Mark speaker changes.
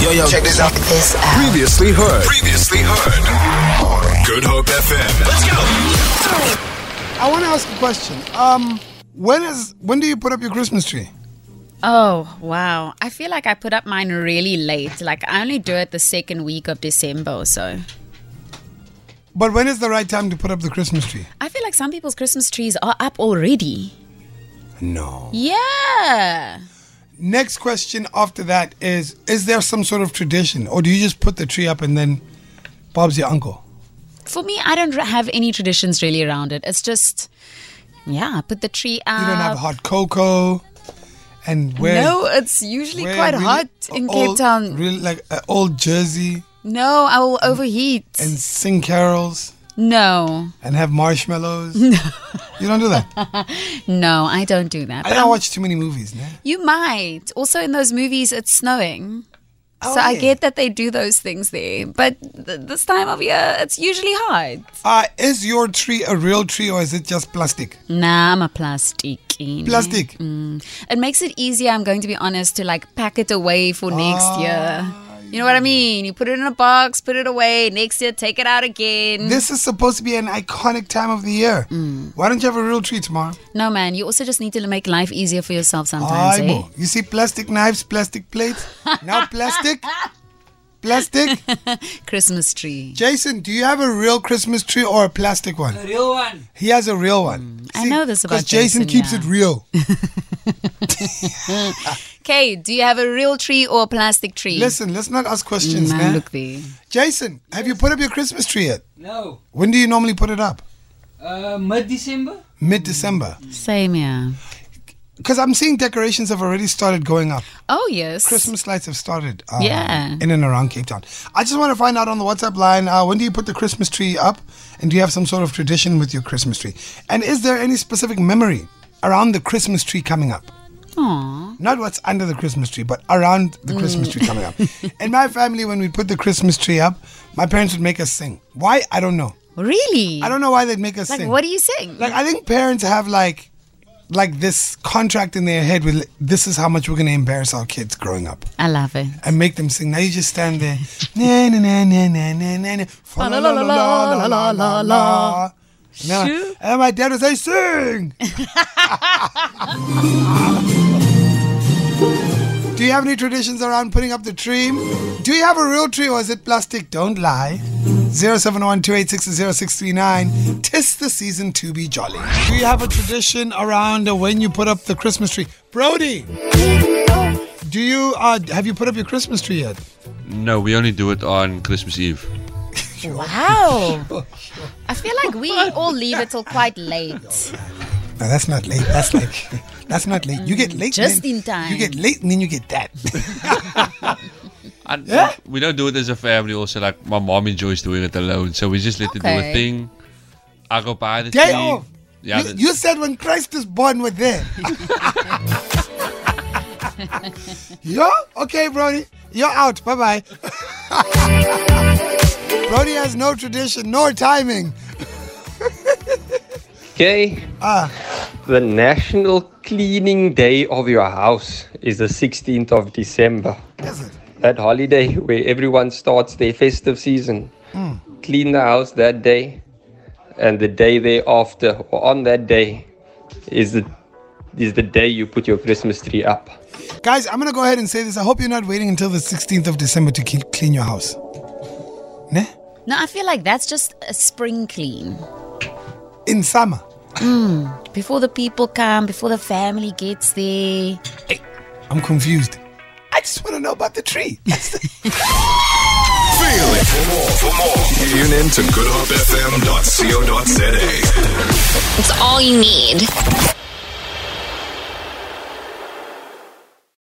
Speaker 1: Yo, yo, check this out.
Speaker 2: This out.
Speaker 3: Previously heard.
Speaker 1: Previously heard. Good Hope FM. Let's go.
Speaker 3: I want to ask a question. Um, when is when do you put up your Christmas tree?
Speaker 4: Oh, wow. I feel like I put up mine really late. Like, I only do it the second week of December or so.
Speaker 3: But when is the right time to put up the Christmas tree?
Speaker 4: I feel like some people's Christmas trees are up already.
Speaker 3: No.
Speaker 4: Yeah.
Speaker 3: Next question after that is: Is there some sort of tradition, or do you just put the tree up and then Bob's your uncle?
Speaker 4: For me, I don't r- have any traditions really around it. It's just, yeah, I put the tree up.
Speaker 3: You don't have hot cocoa, and wear
Speaker 4: Uh, No, it's usually
Speaker 3: wear
Speaker 4: quite
Speaker 3: really
Speaker 4: hot in Cape
Speaker 3: old-
Speaker 4: Town.
Speaker 3: really like an old jersey,
Speaker 4: No, I will overheat.
Speaker 3: and sing carols
Speaker 4: no,
Speaker 3: and have marshmallows. you don't do that.
Speaker 4: no, I don't do that.
Speaker 3: I
Speaker 4: But
Speaker 3: don't
Speaker 4: I'm-
Speaker 3: watch too many movies, man.
Speaker 4: you might. Also, in those movies, it's snowing.
Speaker 3: Oh,
Speaker 4: so I
Speaker 3: yeah.
Speaker 4: get that they do those things there. But th- this time of year, it's usually hot.
Speaker 3: Uh, is your tree a real tree or is it just plastic?
Speaker 4: Nah, I'm a plastic. you know.
Speaker 3: Plastic.
Speaker 4: It makes it easier, I'm going to be honest, to like pack it away for
Speaker 3: Ah,
Speaker 4: next year. You know what I mean? You put it in a box, put it away. Next year, take it out again.
Speaker 3: This is supposed to be an iconic time of the year.
Speaker 4: Mm.
Speaker 3: Why don't you have a real tree tomorrow?
Speaker 4: no, man, you also just need to make life easier for yourself sometimes.
Speaker 3: Ay,
Speaker 4: eh?
Speaker 3: bo. You see plastic knives, plastic plates, now plastic. Plastic.
Speaker 4: Christmas tree.
Speaker 3: Jason, do you have a real Christmas tree or a plastic one? A real one. He has a real one.
Speaker 4: Mm. I know this about
Speaker 3: Because Jason
Speaker 4: Jason,
Speaker 3: keeps
Speaker 4: yeah.
Speaker 3: it real.
Speaker 4: Okay, do you have a real tree or a plastic tree?
Speaker 3: Listen, let's not ask questions,
Speaker 4: man,
Speaker 3: man.
Speaker 4: Mm, look there.
Speaker 3: Jason, have you put up your Christmas tree yet?
Speaker 5: No.
Speaker 3: When do you normally put it up?
Speaker 5: Uh, mid December?
Speaker 3: Mid December.
Speaker 4: Same, yeah.
Speaker 3: Because I'm seeing decorations have already started going up.
Speaker 4: Oh, yes.
Speaker 3: Christmas lights have started um,
Speaker 4: Yeah.
Speaker 3: in and around Cape Town. I just want to find out on the WhatsApp line uh, when do you put the Christmas tree up? And do you have some sort of tradition with your Christmas tree? And is there any specific memory around the Christmas tree coming up?
Speaker 4: Aw.
Speaker 3: Not what's under the Christmas tree, but around the Christmas tree coming up.
Speaker 4: Mm.
Speaker 3: in my family, when we put the Christmas tree up, my parents would make us sing. Why? I don't know.
Speaker 4: Really?
Speaker 3: I don't know why they'd make us
Speaker 4: Like,
Speaker 3: sing.
Speaker 4: what do you sing?
Speaker 3: Like I think parents have like like this contract in their head with like, this is how much we're gonna embarrass our kids growing up
Speaker 4: I love it.
Speaker 3: and make them sing. Now you just stand there. na na na na na na na na fa la la la la la la la la. And then my-
Speaker 4: Shoo.
Speaker 3: and then my dad would say, "Sing." Do you have any traditions around putting up the tree? Do you have a real tree or is it plastic? Don't lie. 071 286 Tis the season to be jolly. Do you have a tradition around when you put up the Christmas tree? Brody, do you uh, have you put up your Christmas tree yet?
Speaker 6: No, we only do it on Christmas Eve.
Speaker 4: Wow. I feel like we all leave it till quite late.
Speaker 3: No, that's not late. That's like that's not late. You get late
Speaker 4: Just
Speaker 3: then-
Speaker 4: in time.
Speaker 3: You get late and then you get that.
Speaker 6: And
Speaker 3: Yeah?
Speaker 6: We don't do it as a family. Also, like my mom enjoys doing it alone, so we just let her do
Speaker 4: Okay.
Speaker 6: a thing. I go buy the
Speaker 3: Day
Speaker 6: thing.
Speaker 3: off.
Speaker 6: Yeah,
Speaker 3: you,
Speaker 6: the-
Speaker 3: you said when Christ is born, we're there. yeah. Okay, Brody. You're out. Bye bye. Brody has no tradition, nor timing.
Speaker 7: Okay.
Speaker 3: Ah.
Speaker 7: The national cleaning day of your house is the 16th of December.
Speaker 3: Is it?
Speaker 7: That holiday where everyone starts their festive season. Clean the house that day, and the day thereafter, or on that day, is the is the day you put your Christmas tree up.
Speaker 3: Guys, I'm gonna go ahead and say this. I hope you're not waiting until the 16th of December to ke- clean your house. Ne?
Speaker 4: No, I feel like that's just a spring clean.
Speaker 3: In summer.
Speaker 4: Before the people come, before the family gets there.
Speaker 3: I'm confused. I just want to know about the tree.
Speaker 1: Feel it. For more, for more, tune in to goodhopefm.co.za.
Speaker 2: It's all you need.